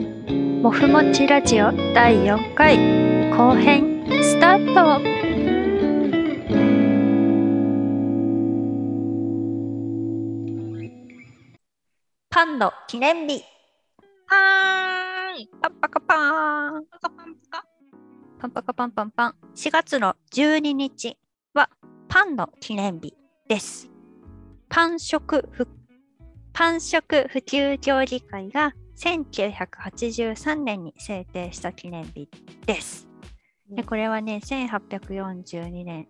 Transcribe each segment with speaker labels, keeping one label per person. Speaker 1: もふもちラジオ第4回後編スタートパンの記念日
Speaker 2: パーン
Speaker 1: パンパカパーン
Speaker 2: パカパンパカ
Speaker 1: パンパカパンパンパン4月の12日はパンの記念日ですパン食復パン食普及協議会が1983年に制定した記念日です。で
Speaker 2: うん
Speaker 1: これはね1842年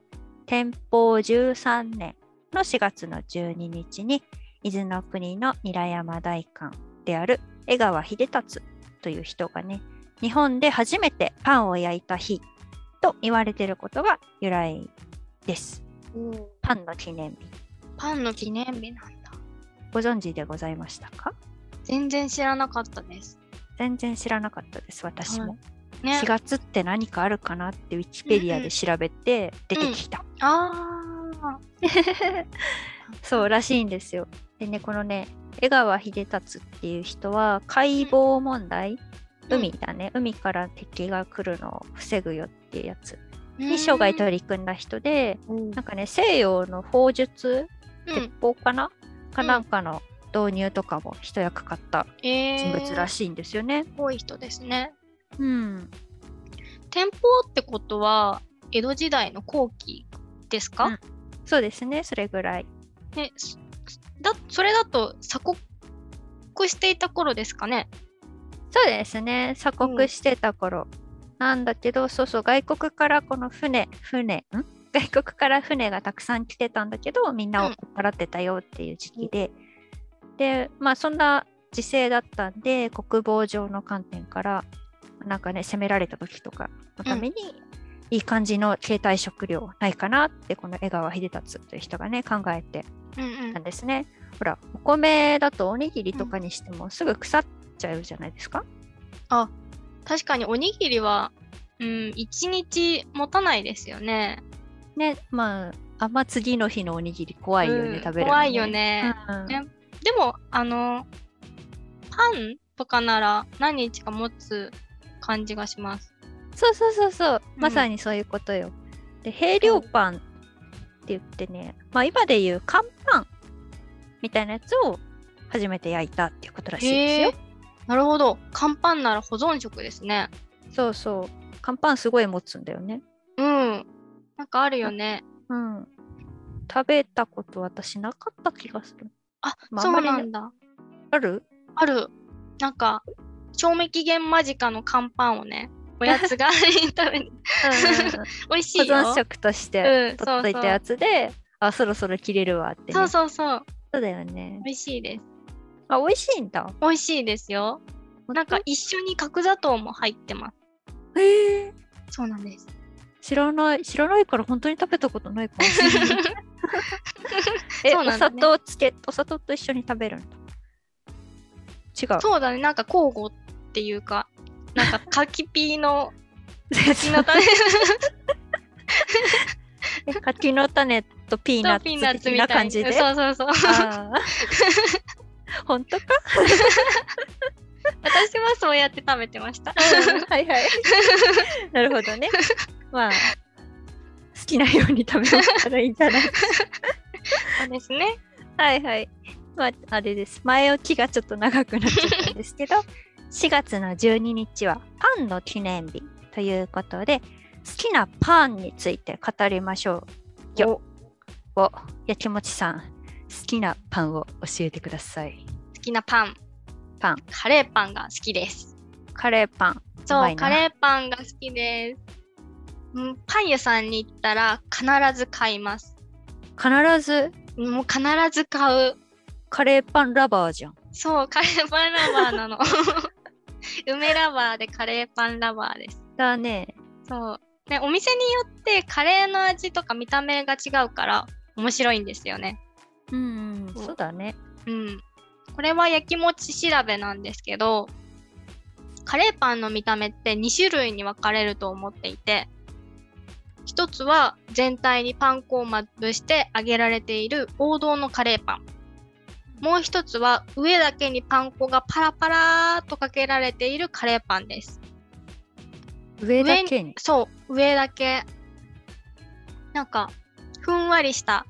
Speaker 1: 天保13年の4月の12日に伊豆の国の韮山大官である江川秀達という人がね日本で初めてパンを焼いた日と言われていることが由来です。パンの記念日
Speaker 2: パンの記念日なんだ。
Speaker 1: ご存知でございましたか
Speaker 2: 全然知らなかったです。
Speaker 1: 全然知らなかったです私も。
Speaker 2: ね
Speaker 1: 4。月って何かあるかなってウィキペディアで調べて出てきた、
Speaker 2: ああ。
Speaker 1: そうらしいんですよでねこのね江川秀達っていう人は解剖問題、
Speaker 2: うん
Speaker 1: 海だね海から敵が来るのを防ぐよっていうやつに生涯取り組んだ人で、
Speaker 2: うん。
Speaker 1: なんかね西洋の砲術
Speaker 2: う
Speaker 1: 鉄
Speaker 2: ん
Speaker 1: 砲かな、かなんかの導入とかも一役買った
Speaker 2: え
Speaker 1: 人物ら
Speaker 2: い。
Speaker 1: しいんですよね、
Speaker 2: 多い人ですね。
Speaker 1: うん
Speaker 2: 天保ってことは、江戸時代の後期ですか、
Speaker 1: うんそうですねそれぐらい
Speaker 2: ねそだそれだと鎖国していた頃ですかね。
Speaker 1: そうですね鎖国してた頃、なんだけどそうそう外国からこの船船ん外国から船がたくさん来てたんだけどみんなを
Speaker 2: うん
Speaker 1: 追っ払ってたよっていう時期で、でまあそんな時勢だったんで国防上の観点からなんかね攻められた時とかのために、いい感じの携帯食料ないかなってこの江川秀達という人がね考えて
Speaker 2: うんうん
Speaker 1: なんですね。ほらお米だとおにぎりとかにしてもすぐ腐っちゃうじゃないですか。
Speaker 2: 確かにおにぎりは、うん、一日持たないですよね。
Speaker 1: ねまああんま次の日のおにぎり怖いよね、
Speaker 2: うん
Speaker 1: 食べるの、
Speaker 2: 怖いよね。
Speaker 1: うん
Speaker 2: ねでも、あの、パンとかなら何日か持つ感じがします。
Speaker 1: そうそうそうそう
Speaker 2: うん
Speaker 1: まさにそういうことよ、で軽量パンって言ってね、まあ、今でいう乾パンみたいなやつを初めて焼いたっていうことらしいですよ
Speaker 2: へーなるほど。乾パンなら保存食ですね。
Speaker 1: そうそう乾パンすごい持つんだよね
Speaker 2: うん。なんかあるよね。
Speaker 1: うん食べたこと私なかった気がする
Speaker 2: あ、
Speaker 1: まあ
Speaker 2: そう
Speaker 1: あん
Speaker 2: な
Speaker 1: まり
Speaker 2: んだ。
Speaker 1: ある
Speaker 2: ある。なんか、賞味期限間近の乾パンをね、おやつ代わりに 食べに美味し い
Speaker 1: 保
Speaker 2: よ。
Speaker 1: 存食とし
Speaker 2: う
Speaker 1: て
Speaker 2: ん
Speaker 1: 取っといたやつで、あそろそろ切れるわって、ね、
Speaker 2: そうそうそう。
Speaker 1: そうだよね
Speaker 2: 美味しいです。
Speaker 1: あ美味しいんだ
Speaker 2: 美味しいですよ。なんか一緒に角砂糖も入ってます。
Speaker 1: へえ
Speaker 2: そうなんです。
Speaker 1: 知らない知らないから本当に食べたことないかもしれない え
Speaker 2: そう
Speaker 1: お
Speaker 2: なんだ
Speaker 1: 砂
Speaker 2: ね
Speaker 1: 糖つけお砂糖と一緒に食べるんだ違う
Speaker 2: そうだね、なんか交互っていう か、なんか柿ピーの
Speaker 1: 柿
Speaker 2: 柿の種
Speaker 1: 種 柿の種とピーナッツ
Speaker 2: とピーナッツ
Speaker 1: 的
Speaker 2: み
Speaker 1: な
Speaker 2: たい
Speaker 1: 感
Speaker 2: に。
Speaker 1: じで
Speaker 2: そうそうそう。
Speaker 1: あー 本当か
Speaker 2: 私はそうやって食べてました。
Speaker 1: はいはい なるほどねまあ好きなように食べましたらいいんじゃない
Speaker 2: そうですね。
Speaker 1: はいはい。まあ、あれです。前置きがちょっと長くなっちゃったんですけ ど、4月の12日はパンの記念日ということで、好きなパンについて語りましょう。よお、やきもちさん、好きなパンを教えてください。
Speaker 2: 好きなパン。
Speaker 1: パン。
Speaker 2: カレーパンが好きです。
Speaker 1: カレーパン。うま
Speaker 2: そ、
Speaker 1: いうな
Speaker 2: カレーパンが好きです。うんパン屋さんに行ったら必ず買います。
Speaker 1: 必ず
Speaker 2: もう必ず買う。
Speaker 1: カレーパンラバーじゃん。
Speaker 2: そう、カレーパンラバーな の。梅ラバーでカレーパンラバーです。
Speaker 1: だね。
Speaker 2: そう。ね、お店によってカレーの味とか見た目が違うから面白いんですよね。
Speaker 1: うん、うん、
Speaker 2: そう
Speaker 1: そうだね。
Speaker 2: うん。これは焼きもち調べなんですけど、カレーパンの見た目って2種類に分かれると思っていて、一つは全体にパン粉をまぶして揚げられている王道のカレーパン。もう一つは上だけにパン粉がパラパラーとかけられているカレーパンです。
Speaker 1: 上だけに。
Speaker 2: そう、上だけ。なんか、ふんわりした、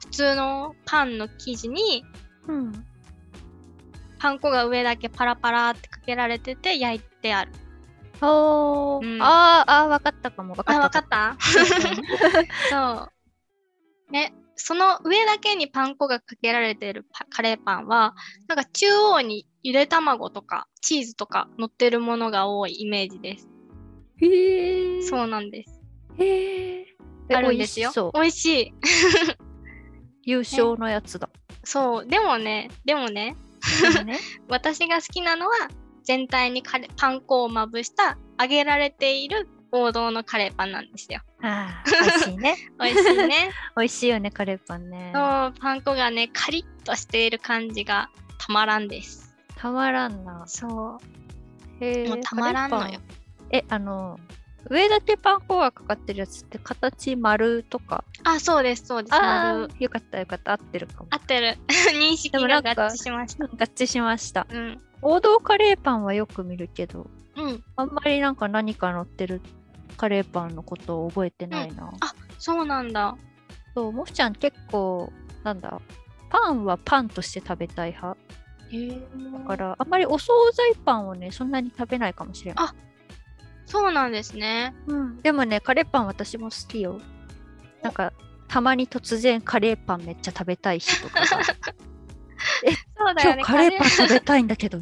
Speaker 2: 普通のパンの生地に、
Speaker 1: うん。
Speaker 2: パン粉が上だけパラパラってかけられてて焼いてある。
Speaker 1: お
Speaker 2: うん
Speaker 1: あーあー、わかったかも。わか
Speaker 2: あ、
Speaker 1: った。
Speaker 2: わかった そう。ね、その上だけにパン粉がかけられてるパカレーパンは、なんか中央にゆで卵とかチーズとか乗ってるものが多いイメージです。
Speaker 1: へえ。
Speaker 2: そうなんです。
Speaker 1: へえ。
Speaker 2: あるんです
Speaker 1: 美味
Speaker 2: よ
Speaker 1: しそう。
Speaker 2: 美味しい。
Speaker 1: 優勝のやつだ。
Speaker 2: そう。でもね、でもね、
Speaker 1: でもね
Speaker 2: 私が好きなのは全体にカレパン粉をまぶした揚げられている王道のカレーパンなんですよ。
Speaker 1: あー美味しいね。
Speaker 2: 美味し いね。
Speaker 1: 美味しいよね、カレーパンね。
Speaker 2: そう、パン粉がね、カリッとしている感じがたまらんです。
Speaker 1: たまらんな。
Speaker 2: そう。
Speaker 1: へえ
Speaker 2: もうたまらんのよ。
Speaker 1: カレーパンえ、あの、上だけパン粉がかかってるやつって形丸とか。
Speaker 2: あ、そうです、そうです。
Speaker 1: あ
Speaker 2: 丸
Speaker 1: あ、よかったよかった。合ってるかも。
Speaker 2: 合ってる。 認識
Speaker 1: でもな
Speaker 2: が
Speaker 1: ん
Speaker 2: 合
Speaker 1: か
Speaker 2: 致しました。
Speaker 1: 合致しました。
Speaker 2: うん。
Speaker 1: 王道カレーパンはよく見るけど、
Speaker 2: うん。
Speaker 1: あんまりなんか何か乗ってるカレーパンのことを覚えてないな。
Speaker 2: そうなんだ。
Speaker 1: そう、もふちゃん結構、なんだ、パンはパンとして食べたい派。
Speaker 2: へえ。
Speaker 1: だから、あんまりお惣菜パンをね、そんなに食べないかもしれない。
Speaker 2: そうなんですね。
Speaker 1: うん、でもね、カレーパン私も好きよ。なんか、たまに突然カレーパンめっちゃ食べたい人とか が
Speaker 2: そうだ
Speaker 1: 今
Speaker 2: よ
Speaker 1: 日
Speaker 2: ね。
Speaker 1: カレーパン食べたいんだけど、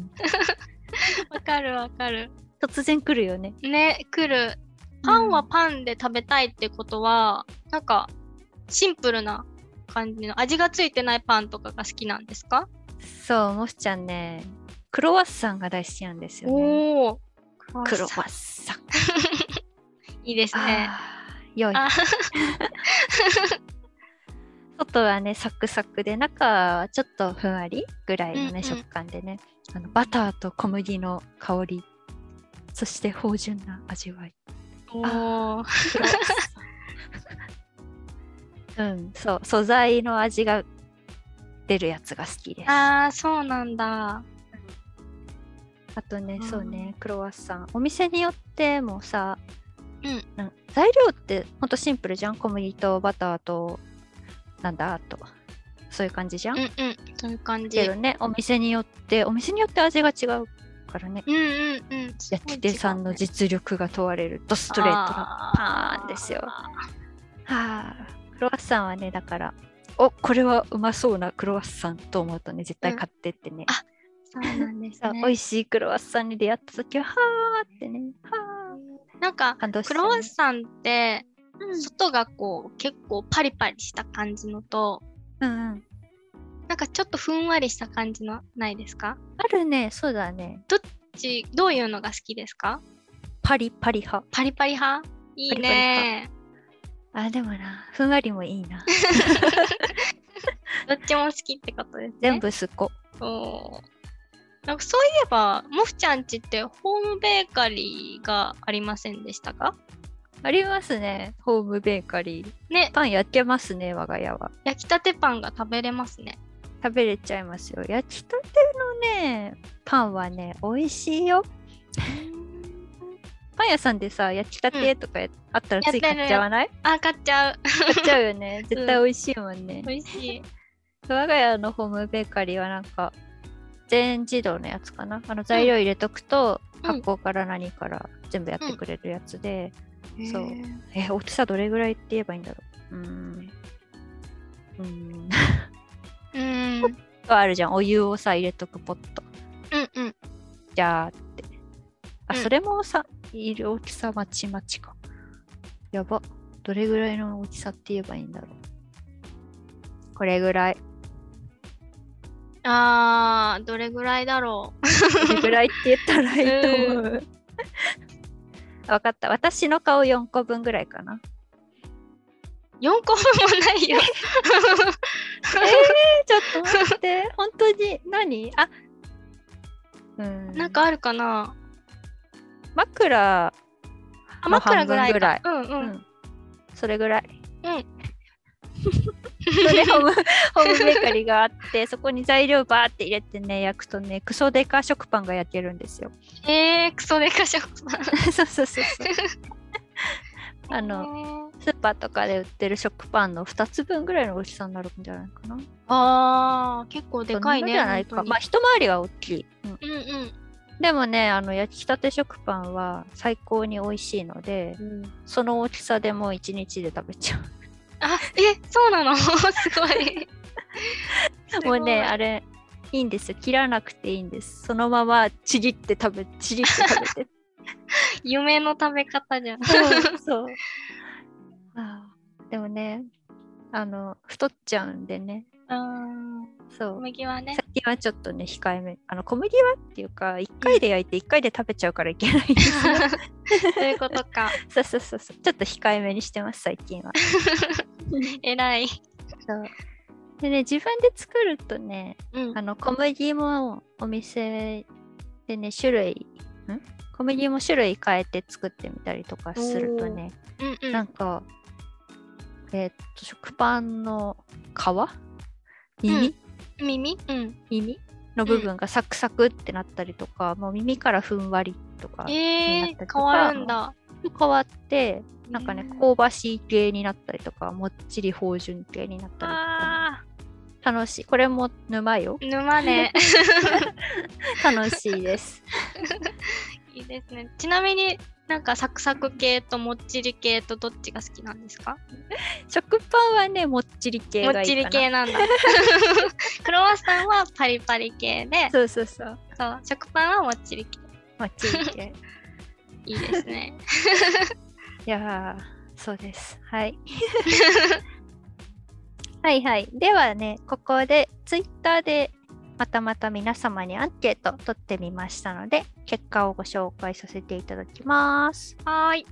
Speaker 2: わかるわかる。
Speaker 1: 突然来るよね。
Speaker 2: ね、来る。パンはパンで食べたいってことは、なんか、シンプルな感じの、味がついてないパンとかが好きなんですか
Speaker 1: そう、もふちゃんね、クロワッサンが大好きなんですよね。
Speaker 2: おお。
Speaker 1: クロワッサン。
Speaker 2: いいですね。
Speaker 1: あーよい。
Speaker 2: あ
Speaker 1: 外はねサクサクで中はちょっとふんわりぐらいのね、
Speaker 2: うんうん
Speaker 1: 食感でねあのバターと小麦の香りそして芳醇な味 わい
Speaker 2: おお。
Speaker 1: うんそう素材の味が出るやつが好きですあ
Speaker 2: ああ、そうなんだ。
Speaker 1: とね
Speaker 2: うん
Speaker 1: そうねクロワッサンお店によってもさ、
Speaker 2: うん
Speaker 1: な材料ってほんとシンプルじゃん小麦とバターとなんだあとそういう感じじゃん
Speaker 2: うんうん。そういう感じ。
Speaker 1: けど
Speaker 2: うん
Speaker 1: ねお店によってお店によって味が違うからね
Speaker 2: うんうん。
Speaker 1: 焼き手さんの実力が問われるドストレートなパーンですよ
Speaker 2: あ
Speaker 1: はあクロワッサンはねだからおこれはうまそうなクロワッサンと思うとね絶対買ってってね、
Speaker 2: あー。そうなんです
Speaker 1: さあ
Speaker 2: ね。
Speaker 1: 美味しいクロワッサンに出会った時ははあってねは
Speaker 2: なんか
Speaker 1: あ、感動し
Speaker 2: ク
Speaker 1: た、ね、
Speaker 2: ロワッサンって、
Speaker 1: うん
Speaker 2: 外がこう、結構パリパリした感じのと、
Speaker 1: うんうん
Speaker 2: なんかちょっとふんわりした感じのないですか
Speaker 1: あるねそうだね
Speaker 2: ちどういうのが好きですか
Speaker 1: パリパリ派
Speaker 2: パリパリ派いいね
Speaker 1: あでもなふんわりもいい な
Speaker 2: どっちも好きってことですね。
Speaker 1: 全部すっこ
Speaker 2: そうなんかそういえば、もふちゃんちってホームベーカリーがありませんでしたか
Speaker 1: ありますねホームベーカリー
Speaker 2: ね、
Speaker 1: パン焼けますね我が家は
Speaker 2: 焼きたてパンが食べれますね。
Speaker 1: 食べれちゃいますよ焼きたてのねパンはね美味しいよパン屋さんでさ焼きたてとかやあったらつい
Speaker 2: やってる
Speaker 1: 買っちゃわない、
Speaker 2: あ、買っちゃう。
Speaker 1: 買っち ゃうよね絶対美味しいもんね、
Speaker 2: 美味しい。
Speaker 1: 我が家のホームベーカリーはなんか全自動のやつかなあの材料入れとくと、
Speaker 2: うん
Speaker 1: 発酵から何から全部やってくれるやつで、そう
Speaker 2: へー
Speaker 1: え大きさどれぐらいって言えばいいんだろううーんうーん
Speaker 2: うん。
Speaker 1: あるじゃんお湯をさ入れとくポット
Speaker 2: うんうん。
Speaker 1: じゃあって。あ、
Speaker 2: うん
Speaker 1: それもさ、いる大きさまちまちか。やば。どれぐらいの大きさって言えばいいんだろう。これぐらい。
Speaker 2: あー、どれぐらいだろう。
Speaker 1: これぐらいって言ったらいいと思 う。わかった。私の顔4個分ぐらいかな。
Speaker 2: 4個分もないよ。
Speaker 1: えちょっと待って。 本当に何あうん。
Speaker 2: なんかあるかな
Speaker 1: 枕、
Speaker 2: あ、枕ぐらい
Speaker 1: まあ半
Speaker 2: か。
Speaker 1: 分ぐらい
Speaker 2: うんうん。
Speaker 1: それぐらい。
Speaker 2: うん
Speaker 1: トでホームホームベーカリーがあってそこに材料バーって入れてね焼くとねクソデカ食パンが焼けるんですよ。
Speaker 2: えー、クソデカ食パン。
Speaker 1: そうそうそう そうあの
Speaker 2: の、
Speaker 1: スーパーとかで売ってる食パンの2つ分ぐらいの大きさになるんじゃないかな。
Speaker 2: あー、結構でかい
Speaker 1: そん
Speaker 2: ね。
Speaker 1: なじゃないか。
Speaker 2: 本当
Speaker 1: まあ一回りは大きい。うん
Speaker 2: にうん
Speaker 1: でもねあの焼きたて食パンは最高に美味しいので
Speaker 2: うん。
Speaker 1: その大きさでもう1日で食べちゃう。
Speaker 2: あ、え、そうなの すごい。す
Speaker 1: も
Speaker 2: ごいう
Speaker 1: ねあれいいんですよ切らなくていいんですそのままちぎって食べちぎって食べて
Speaker 2: 夢の食べ方じゃん。
Speaker 1: そうそう。あーでもね、あの太っちゃうんでね、
Speaker 2: あ
Speaker 1: そ
Speaker 2: 小
Speaker 1: う。
Speaker 2: 麦はね。
Speaker 1: 最近はちょっとね控えめ、あの小麦はっていうか一回で焼いて一回で食べちゃうからいけないんです よ。
Speaker 2: そういうことか。
Speaker 1: そうそうそうそう。ちょっと控えめにしてます最近は。
Speaker 2: 偉い。
Speaker 1: そう。でね自分で作るとね、
Speaker 2: うん
Speaker 1: あ。の小麦もお店でね種類、ん？小麦も種類変えて作ってみたりとかするとね、
Speaker 2: うんうん。
Speaker 1: なんか、えーっと、食パンの皮耳、
Speaker 2: うん耳うん。
Speaker 1: 耳の部分がサクサクってなったりとか、もう耳からふんわりとか、に
Speaker 2: え
Speaker 1: なったりと
Speaker 2: ー、
Speaker 1: か
Speaker 2: 変わるんだ。
Speaker 1: 変わって、なんかね、
Speaker 2: うん
Speaker 1: 香ばしい系になったりとか、もっちり芳醇系になったりとか、
Speaker 2: あ
Speaker 1: 楽しい。これも沼よ。
Speaker 2: ー、沼ね。
Speaker 1: 楽しいです。
Speaker 2: いいですね。ちなみになんかサクサク系ともっちり系とどっちが好きなんですか
Speaker 1: 食パンはね、もっちり系
Speaker 2: も
Speaker 1: が
Speaker 2: っ
Speaker 1: いい
Speaker 2: ち
Speaker 1: かな。
Speaker 2: り系なんだ。 クロワッサンはパリパリ系で、
Speaker 1: そうそうそう。
Speaker 2: そう食パンはもっちり系。
Speaker 1: もっちり系。
Speaker 2: いいで すね。
Speaker 1: いやーそうです。はい。はいはい。ではね、ここでツイッターでまたまた皆様にアンケート取ってみましたので、結果をご紹介させていただきます。
Speaker 2: はーい。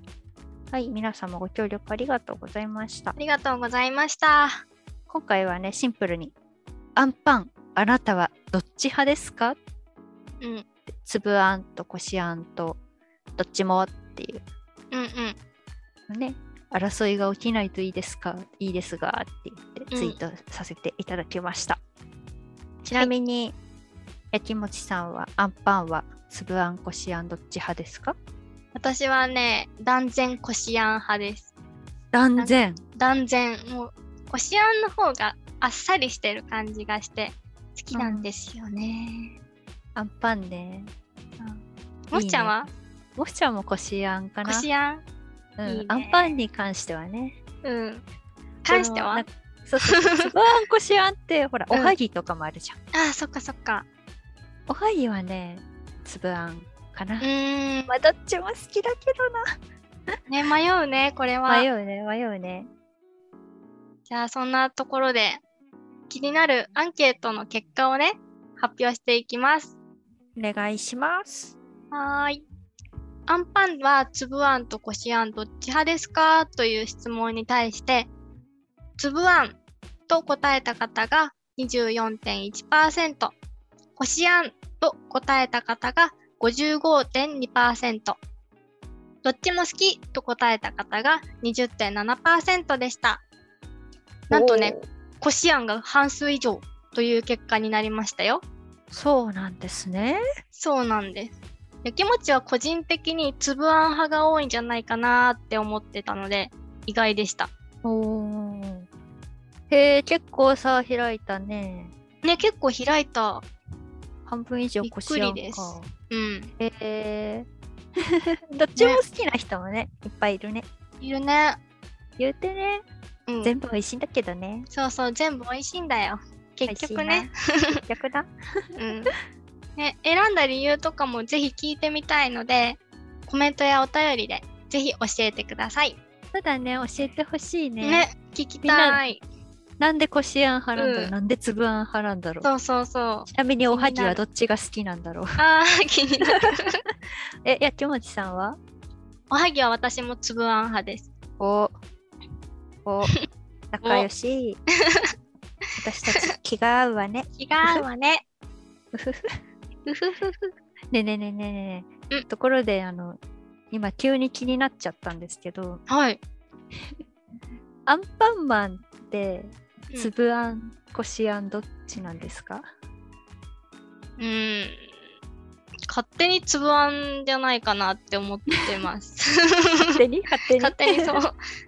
Speaker 1: はい、皆様ご協力ありがとうございました
Speaker 2: あ。りがとうございました。
Speaker 1: 今回はね、シンプルに、アンパン、あなたはどっち派ですか
Speaker 2: うん。うん
Speaker 1: 粒あんとこしあんと、どっちもっていう
Speaker 2: うん。
Speaker 1: ね、争いが起きないといいですかいいですがって言ってツイートさせていただきました、ちなみに、やきもちさんはアンパンは粒あんこしあんどっち派ですか
Speaker 2: 私はね、断然こしあん派です。
Speaker 1: 断然
Speaker 2: 断然。もう、こしあんの方があっさりしてる感じがして、好きなんですよね。
Speaker 1: アンパンね
Speaker 2: もっちゃんは
Speaker 1: もしちゃんもこしあんかな
Speaker 2: こしあん
Speaker 1: うん
Speaker 2: いいね
Speaker 1: アンパンに関してはね
Speaker 2: うん。関して
Speaker 1: でもな
Speaker 2: は
Speaker 1: んかそう そうそう粒あんこしあんってほらお
Speaker 2: うん
Speaker 1: はぎとかもあるじゃん、
Speaker 2: あ、そっかそっか。
Speaker 1: おはぎはね粒あんかな、
Speaker 2: うーん。
Speaker 1: まあどっちも好きだけどな
Speaker 2: ね、迷うね、これは。
Speaker 1: 迷うね迷うね
Speaker 2: じゃあ、そんなところで、気になるアンケートの結果をね、発表していきます。
Speaker 1: お願いします
Speaker 2: はーい。アンパンは粒あんとこしあんどっち派ですかという質問に対して、粒あんと答えた方が24.1%、こしあんと答えた方が55.2%、どっちも好きと答えた方が20.7%でした。なんとね、こしあんが半数以上という結果になりましたよ。
Speaker 1: そうなんですね。
Speaker 2: そうなんです。やきもちは個人的に粒あん派が多いんじゃないかなーって思ってたので意外でした。
Speaker 1: おへえ、結構差開いたね。
Speaker 2: ね結構開いた。
Speaker 1: 半分以上
Speaker 2: びっ
Speaker 1: こ
Speaker 2: く
Speaker 1: しあ
Speaker 2: り
Speaker 1: ん
Speaker 2: です
Speaker 1: か。
Speaker 2: うん。
Speaker 1: へえ。 どっちも好きな人もね、いっぱいいるね。
Speaker 2: いるね。
Speaker 1: 言うてね、
Speaker 2: うん。
Speaker 1: 全部美味しいんだけどね。
Speaker 2: そうそう全部美味しいんだよ。結局ね。
Speaker 1: 美味しいな。結局だ。
Speaker 2: うん。ね選んだ理由とかもぜひ聞いてみたいのでコメントやお便りでぜひ教えてください。
Speaker 1: そうだね、教えてほしいね
Speaker 2: ね聞きたい。
Speaker 1: なんでこしあん派なんだろう、
Speaker 2: うん
Speaker 1: なんでつぶあん派なんだろう
Speaker 2: そうそうそう。
Speaker 1: ちなみにおはぎ
Speaker 2: 気にな
Speaker 1: は
Speaker 2: る
Speaker 1: どっちが好きなんだろう
Speaker 2: ああ気になる。
Speaker 1: え、やきもちさんは
Speaker 2: おはぎは私も粒あん派です。
Speaker 1: お お仲良し私たち 気が合うわね
Speaker 2: 違うわね。
Speaker 1: うふふ
Speaker 2: うふふふ。
Speaker 1: ねえねえねえねえねえねえ
Speaker 2: うん
Speaker 1: ところであの今急に気になっちゃったんですけど
Speaker 2: はい。
Speaker 1: アンパンマンって
Speaker 2: うん
Speaker 1: つぶあん、こしあんどっちなんですか
Speaker 2: うん。勝手につぶあんじゃないかなって思って ます。
Speaker 1: 勝手に勝手に
Speaker 2: 勝手にそう。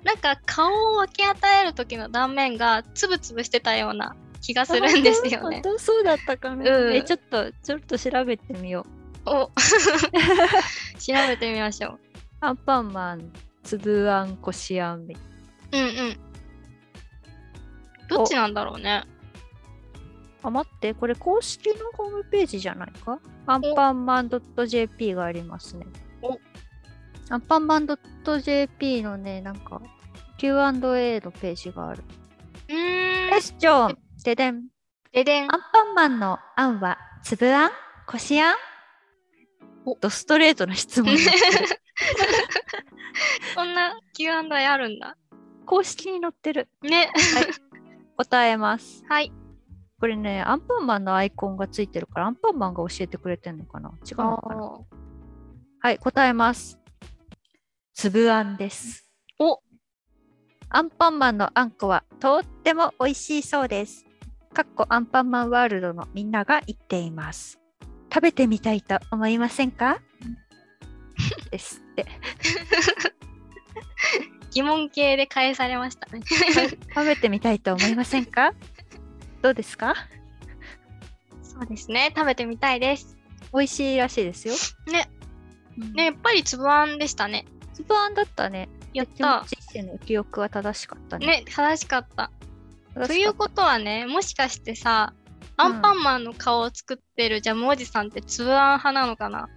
Speaker 2: なんか顔を分け与える時の断面がつぶつぶしてたような気がするんですよね
Speaker 1: 本。当本当そうだったかな、
Speaker 2: うん
Speaker 1: えちょっとちょっと調べてみよう
Speaker 2: お調べてみましょう。
Speaker 1: アンパンマンつぶあんこしあんみ
Speaker 2: うんうん。どっちなんだろうね。
Speaker 1: あ待ってこれ公式のホームページじゃないかアンパンマン .jp がありますね
Speaker 2: お
Speaker 1: アンパンマン .jp のねなんか Q&A のページがある
Speaker 2: うー
Speaker 1: クエ
Speaker 2: ん。
Speaker 1: スチョンででん
Speaker 2: ででん
Speaker 1: ア。ンパンマンのあんはつぶあんこしあん
Speaker 2: お
Speaker 1: ドストレートな質 問ですけど
Speaker 2: こんな Q&A あるんだ。
Speaker 1: 公式に載ってる
Speaker 2: ね。
Speaker 1: 答えます
Speaker 2: はい。
Speaker 1: これねアンパンマンのアイコンがついてるからアンパンマンが教えてくれてんのかな違うのかな
Speaker 2: お
Speaker 1: はい答えますつぶあんです
Speaker 2: お
Speaker 1: アンパンマンのあんこはとっても美味しいそうですかっこアンパンマンワールドのみんなが言っています食べてみたいと思いません かですって
Speaker 2: 疑問形で返されましたね。
Speaker 1: 食べてみたいと思いませんかどうですか
Speaker 2: そうですね。食べてみたいです。
Speaker 1: 美味しいらしいですよ
Speaker 2: ね、
Speaker 1: うん
Speaker 2: ね、やっぱりつぶあんでしたね。
Speaker 1: つぶあんだったね
Speaker 2: やった。
Speaker 1: 実践の記憶は正しかったね。
Speaker 2: ね、正しかった。
Speaker 1: 正しかった
Speaker 2: ということはね、もしかしてさ、
Speaker 1: うん
Speaker 2: アンパンマンの顔を作ってるジャムおじさんってつぶあん派なのかな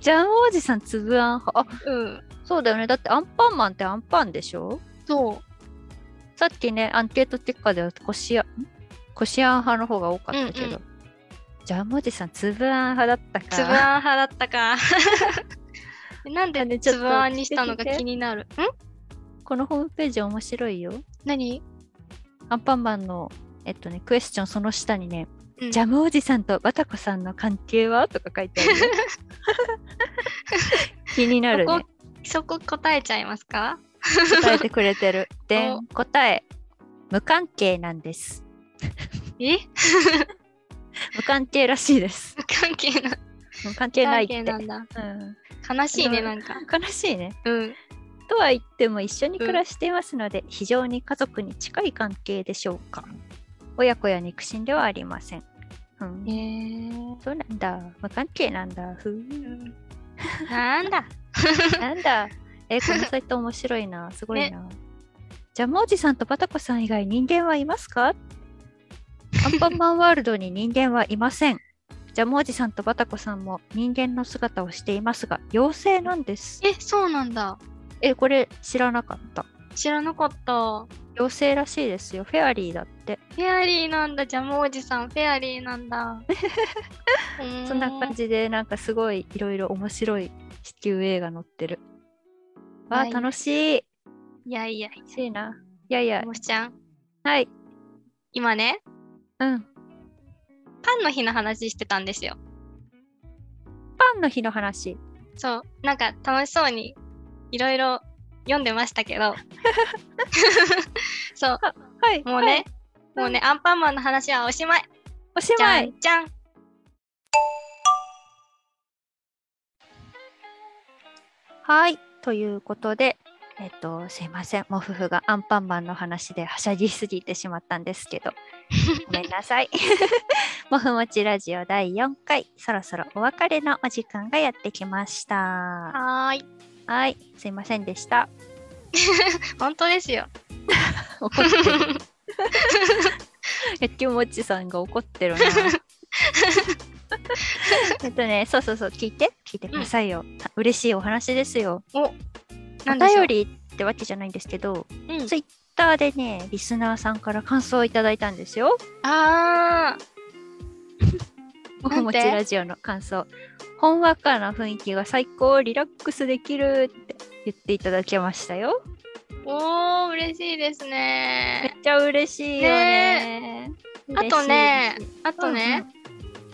Speaker 1: ジャムおじさんつぶあん派。あ
Speaker 2: うん。
Speaker 1: そうだよね。だってアンパンマンってアンパンでしょ
Speaker 2: そ
Speaker 1: さっきね、アンケート結果ではこしあん、こしあん派の方が多かったけど。
Speaker 2: うんうん
Speaker 1: ジャムおじさんつぶあん派だった
Speaker 2: う。
Speaker 1: か
Speaker 2: つぶあん派だったか。 なんで
Speaker 1: ねちょっ
Speaker 2: つ
Speaker 1: と
Speaker 2: ぶあんにしたのか気になる。ん
Speaker 1: このホームページ面白いよ。
Speaker 2: 何
Speaker 1: アンパンマンの、えっとね、クエスチョンその下にね、
Speaker 2: うん
Speaker 1: ジャムおじさんとバタコさんの関係はとか書い てあるよ。気になるね。
Speaker 2: そこ答えちゃいますか
Speaker 1: 答えてくれて る。でん
Speaker 2: お
Speaker 1: 答え無関係なんです。
Speaker 2: え
Speaker 1: 無関係らしいです。
Speaker 2: 無関係な、
Speaker 1: 無関係
Speaker 2: 無
Speaker 1: ない
Speaker 2: 関
Speaker 1: って。
Speaker 2: 係なんだ。
Speaker 1: うん、
Speaker 2: 悲しいね、
Speaker 1: うん
Speaker 2: なんか。
Speaker 1: 悲しいね。
Speaker 2: うん。
Speaker 1: とは言っても一緒に暮らしていますので、非常に家族に近い関係でしょうか。親子や肉親ではありません。うん
Speaker 2: えー。
Speaker 1: そうなんだ。無関係なんだ。ふーん
Speaker 2: なんだ。
Speaker 1: なんだ。えこのサイト面白いな。すごいな。ジャムおじさんとバタコさん以外人間はいますかアンパンマンワールドに人間はいません。ジャムおじさんとバタコさんも人間の姿をしていますが、妖精なんです。
Speaker 2: え、そうなんだ。
Speaker 1: え、これ知らなかった。
Speaker 2: 知らなかった。
Speaker 1: 妖精らしいですよ。フェアリーだって。
Speaker 2: フェアリーなんだ、ジャムおじさん、フェアリーなんだ。
Speaker 1: そんな感
Speaker 2: じ。
Speaker 1: じで、なんかすごいいろいろ面白い地球映画載ってる。わあ、
Speaker 2: はい
Speaker 1: 楽しい。
Speaker 2: いやいや、
Speaker 1: 楽しいな。いやいや
Speaker 2: も、しちゃん、
Speaker 1: はい。
Speaker 2: 今ね、
Speaker 1: うん。
Speaker 2: パンの日の話してたんですよ。
Speaker 1: パンの日の話。
Speaker 2: そう、なんか楽しそうにいろいろ読んでました けど。そ
Speaker 1: はい。
Speaker 2: う、もうね、もうね、アンパンマンの話はおしまい。
Speaker 1: おし
Speaker 2: じ
Speaker 1: ま
Speaker 2: ゃ
Speaker 1: い
Speaker 2: んじゃん。
Speaker 1: はい。ということで、えっと、すいません。もふふがアンパンマンの話ではしゃぎすぎてしまったんです けど、ごめんなさい。 もふもちラジオ第4回、そろそろお別れのお時間がやってきました。
Speaker 2: はーい。
Speaker 1: はい。すいませんでした。
Speaker 2: 本当ですよ。
Speaker 1: 怒ってる。やきもちさんが怒ってる な。えっとね、そうそうそう、聞いて、聞いてくださいよ。た嬉しいお話ですよ。お
Speaker 2: なんでしょ
Speaker 1: 便
Speaker 2: う
Speaker 1: りってわけじゃないんですけど、
Speaker 2: うん
Speaker 1: ツイッターでね、リスナーさんから感想をいただいたんですよ。
Speaker 2: あー
Speaker 1: もふもちラジオの感想。ほんわかな雰囲気が最高、リラックスできるって言っていただけましたよ。
Speaker 2: おー、嬉しいです
Speaker 1: め
Speaker 2: ね。
Speaker 1: っちゃ嬉しいよね。
Speaker 2: あとね
Speaker 1: 嬉しい、
Speaker 2: あとね、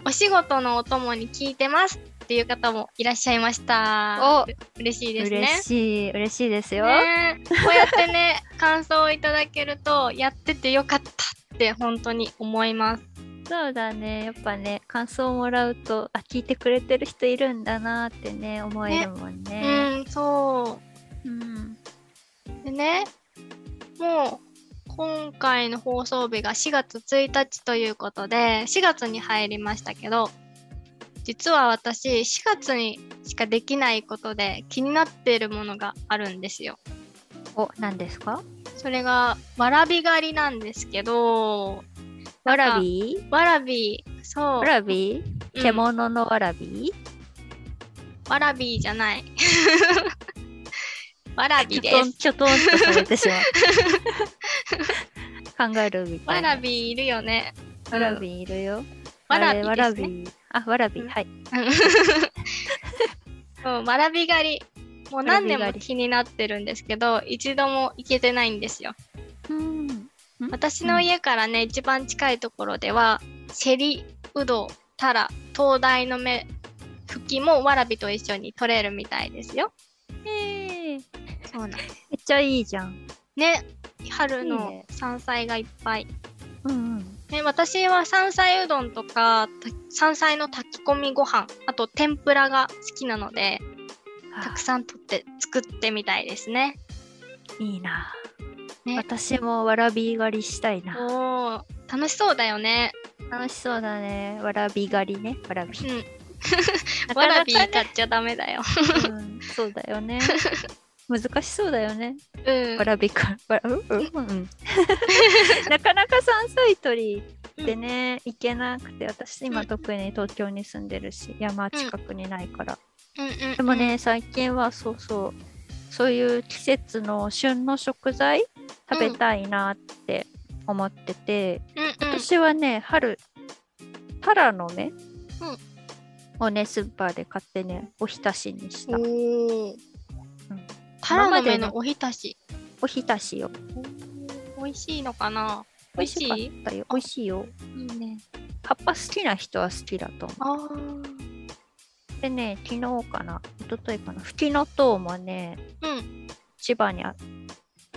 Speaker 2: お仕事のお供に聞いてますっていう方もいらっしゃいました。
Speaker 1: お
Speaker 2: 嬉しいですね。
Speaker 1: 嬉しい、嬉しいですよ。
Speaker 2: ねこうやってね、感想をいただけるとやっててよかったって本当に思います。
Speaker 1: そうだねやっぱね感想をもらうとあ聞いてくれてる人いるんだなってね思えるもんね。
Speaker 2: うん、そ
Speaker 1: うん
Speaker 2: う。でね、もう今回の放送日が4月1日ということで、4月に入りましたけど、実は私4月にしかできないことで気になっているものがあるんですよ。
Speaker 1: お何ですか
Speaker 2: それがわらび狩りなんですけど、
Speaker 1: わらび
Speaker 2: わらび、そう。
Speaker 1: わらび
Speaker 2: うん
Speaker 1: 獣のわらび、
Speaker 2: わらびじゃない。 わら
Speaker 1: き
Speaker 2: びで
Speaker 1: ょとん
Speaker 2: す。
Speaker 1: きょとんとされてしまう。 カンガルーみた
Speaker 2: わ
Speaker 1: いな。
Speaker 2: らびいるよね。
Speaker 1: わらびいるよ。
Speaker 2: わら
Speaker 1: あ
Speaker 2: び
Speaker 1: れ
Speaker 2: ですね
Speaker 1: わらび。あ、わらび。
Speaker 2: うん
Speaker 1: はい。
Speaker 2: うん、わらび狩り。もう何年
Speaker 1: わら
Speaker 2: も
Speaker 1: び狩り
Speaker 2: 気になってるんですけど、一度も行けてないんですよ。
Speaker 1: うん。
Speaker 2: 私の家からね、一番近いところでは、セリ、ウド、タラ、灯台の目、吹きもわらびと一緒に取れるみたいですよ。
Speaker 1: えー、めっ
Speaker 2: そうなんです。
Speaker 1: ちゃいいじゃん。
Speaker 2: ね、春
Speaker 1: いい
Speaker 2: の
Speaker 1: ね
Speaker 2: 山菜がいっぱい。
Speaker 1: うんうん。
Speaker 2: ね、私は山菜うどんとかた山菜の炊き込みご飯あと天ぷらが好きなのでたくさん取って作ってみたいですね。
Speaker 1: いいな。
Speaker 2: ね
Speaker 1: 私もわらび狩りしたいな。
Speaker 2: おー楽しそうだよね。
Speaker 1: 楽しそうだね。わらび狩りね。わらび。
Speaker 2: うん
Speaker 1: な
Speaker 2: わ
Speaker 1: からな
Speaker 2: び
Speaker 1: かね
Speaker 2: 買っちゃダメだよ。
Speaker 1: うんそうだよね。難しそうだよね。
Speaker 2: うん
Speaker 1: わらびか。わらうんうんうん。 なかなか山菜採りってね、行けなくて、私今特に東京に住んでるし、山近くにないから。
Speaker 2: うんうんうん
Speaker 1: でもね、最近はそうそう、そういう季節の旬の食材食べたいなって思ってて、
Speaker 2: うんうん
Speaker 1: 私はね、春、タラの芽、
Speaker 2: ん
Speaker 1: をね、スーパーで買ってね、おひたしにした。
Speaker 2: おー
Speaker 1: うん
Speaker 2: タラの芽
Speaker 1: 今までの
Speaker 2: のおひたし。
Speaker 1: おひたしよ。
Speaker 2: 美味しいのかな
Speaker 1: 美味しかったよ。美味しいよ。
Speaker 2: いいね。
Speaker 1: 葉っぱ好きな人は好きだと思
Speaker 2: あー
Speaker 1: う。でね、昨日かな、一昨日かな、フキノトウもね、
Speaker 2: うん
Speaker 1: 千葉にあ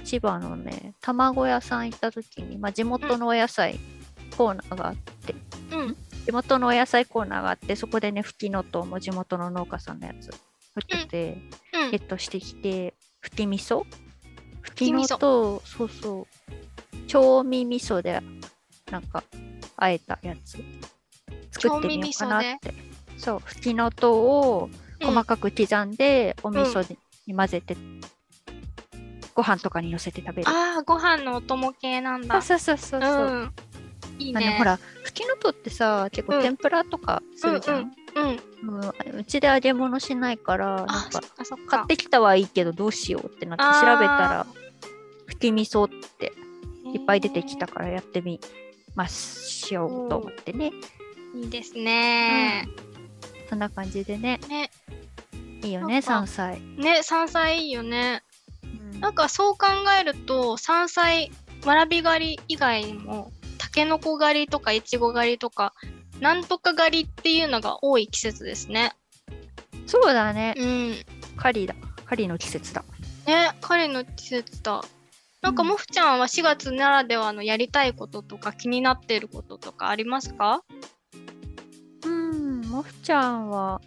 Speaker 1: 千葉のね、卵屋さん行った時に、まあ、地元のお野菜コーナーがあって、
Speaker 2: うん
Speaker 1: 地元のお野菜コーナーがあって、そこでね、フキノトウも地元の農家さんのやつ売ってて、
Speaker 2: うん
Speaker 1: ゲットしてきて、ふき味噌ふ
Speaker 2: き
Speaker 1: き
Speaker 2: 味
Speaker 1: の
Speaker 2: 噌
Speaker 1: と、そうそう、調味味噌で、なんか、あえたやつ、作ってみようかなって。そう、ふきのとを
Speaker 2: うん
Speaker 1: 細かく刻んで、お味噌に混ぜて、ご飯とかに乗せて食べる。
Speaker 2: あーご飯のお供系なんだ。
Speaker 1: そうそうそうそう。
Speaker 2: うんいい
Speaker 1: あの
Speaker 2: ね。
Speaker 1: ほら、ふきのとってさ、結
Speaker 2: う
Speaker 1: 構
Speaker 2: ん
Speaker 1: 天ぷらとかするじゃん。
Speaker 2: うん。
Speaker 1: うんうちで揚げ物しないから、なん
Speaker 2: あ、そ
Speaker 1: か
Speaker 2: っ、かそっか。
Speaker 1: 買ってきたはいいけど、どうしようってなって
Speaker 2: あー
Speaker 1: 調べたら、ふき味噌っていっぱい出てきたからやってみましようと思ってね。
Speaker 2: へー。いいですね。
Speaker 1: そんな感じでね、
Speaker 2: ね、
Speaker 1: いいよ
Speaker 2: な
Speaker 1: ね、
Speaker 2: んか
Speaker 1: 山菜。
Speaker 2: ね、山菜いいよね。
Speaker 1: うん
Speaker 2: なんかそう考えると、山菜、わらび狩り以外にも、たけのこ狩りとかいちご狩りとか、なんとか狩りっていうのが多い季節ですね。
Speaker 1: そうだね、
Speaker 2: うん。
Speaker 1: 狩りだ。狩りの季節だ。
Speaker 2: ね、彼の季節だ。なんか、
Speaker 1: うん
Speaker 2: もふちゃんは4月ならではのやりたいこととか気になっていることとかありますか
Speaker 1: うん、もふちゃんは、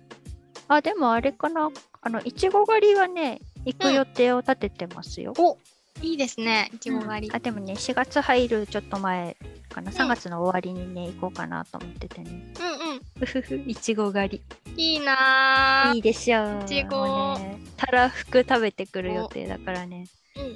Speaker 1: あ、でもあれかな、あの、いちご狩りはね、行
Speaker 2: う
Speaker 1: く
Speaker 2: ん
Speaker 1: 予定を立ててますよ。
Speaker 2: おいいですね、いちご狩り。
Speaker 1: うんあでもね、4月入るちょっと前かな、3月の終わりにね、行こうかなと思ってて ね。
Speaker 2: うんうん。
Speaker 1: うふふ、いちご狩り。
Speaker 2: いいなー
Speaker 1: いいでしょう。
Speaker 2: いちご
Speaker 1: もうね。たらふく食べてくる予定だからね。
Speaker 2: うん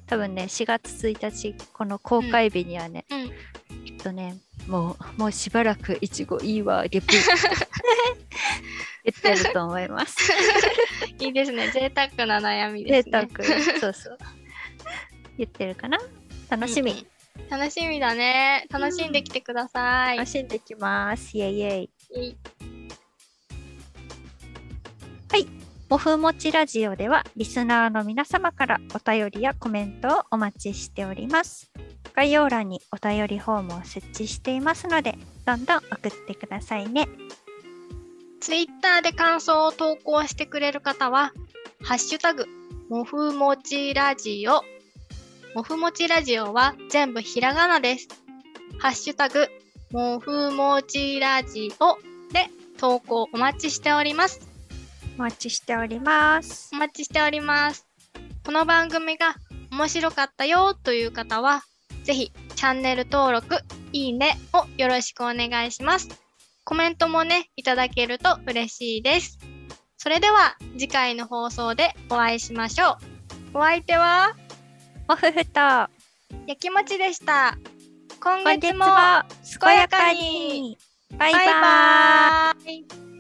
Speaker 1: 多分ね、4月1日、この公開日にはね、
Speaker 2: うんうん
Speaker 1: きっとね、もう、もうしばらくいちごいいわ、ゲップ。 言ってると思います。
Speaker 2: いいですね。贅沢な悩み
Speaker 1: 贅
Speaker 2: です
Speaker 1: 沢
Speaker 2: ね。。
Speaker 1: そうそう。言ってるかな楽しみ。
Speaker 2: うんうん楽しみだね。楽しんできてください。
Speaker 1: 楽しんできます。イェイイェイ。
Speaker 2: い
Speaker 1: もふもちラジオではリスナーの皆様からお便りやコメントをお待ちしております。概要欄にお便りフォームを設置していますので、どんどん送ってくださいね。
Speaker 2: ツイッターで感想を投稿してくれる方は、ハッシュタグ、もふもちラジオ、もふもちラジオは全部ひらがなです。ハッシュタグ、もふもちラジオで投稿お待ちしております。
Speaker 1: お待ちしております
Speaker 2: お。待ちしております。この番組が面白かったよという方は、ぜひチャンネル登録、いいねをよろしくお願いします。コメントもね、いただけると嬉しいです。それでは次回の放送でお会いしましょう。お相手は、
Speaker 1: もふふと
Speaker 2: やきもちでした。今
Speaker 1: 今
Speaker 2: 月
Speaker 1: 月
Speaker 2: も
Speaker 1: も健やかにバイバイ
Speaker 2: バイバーイ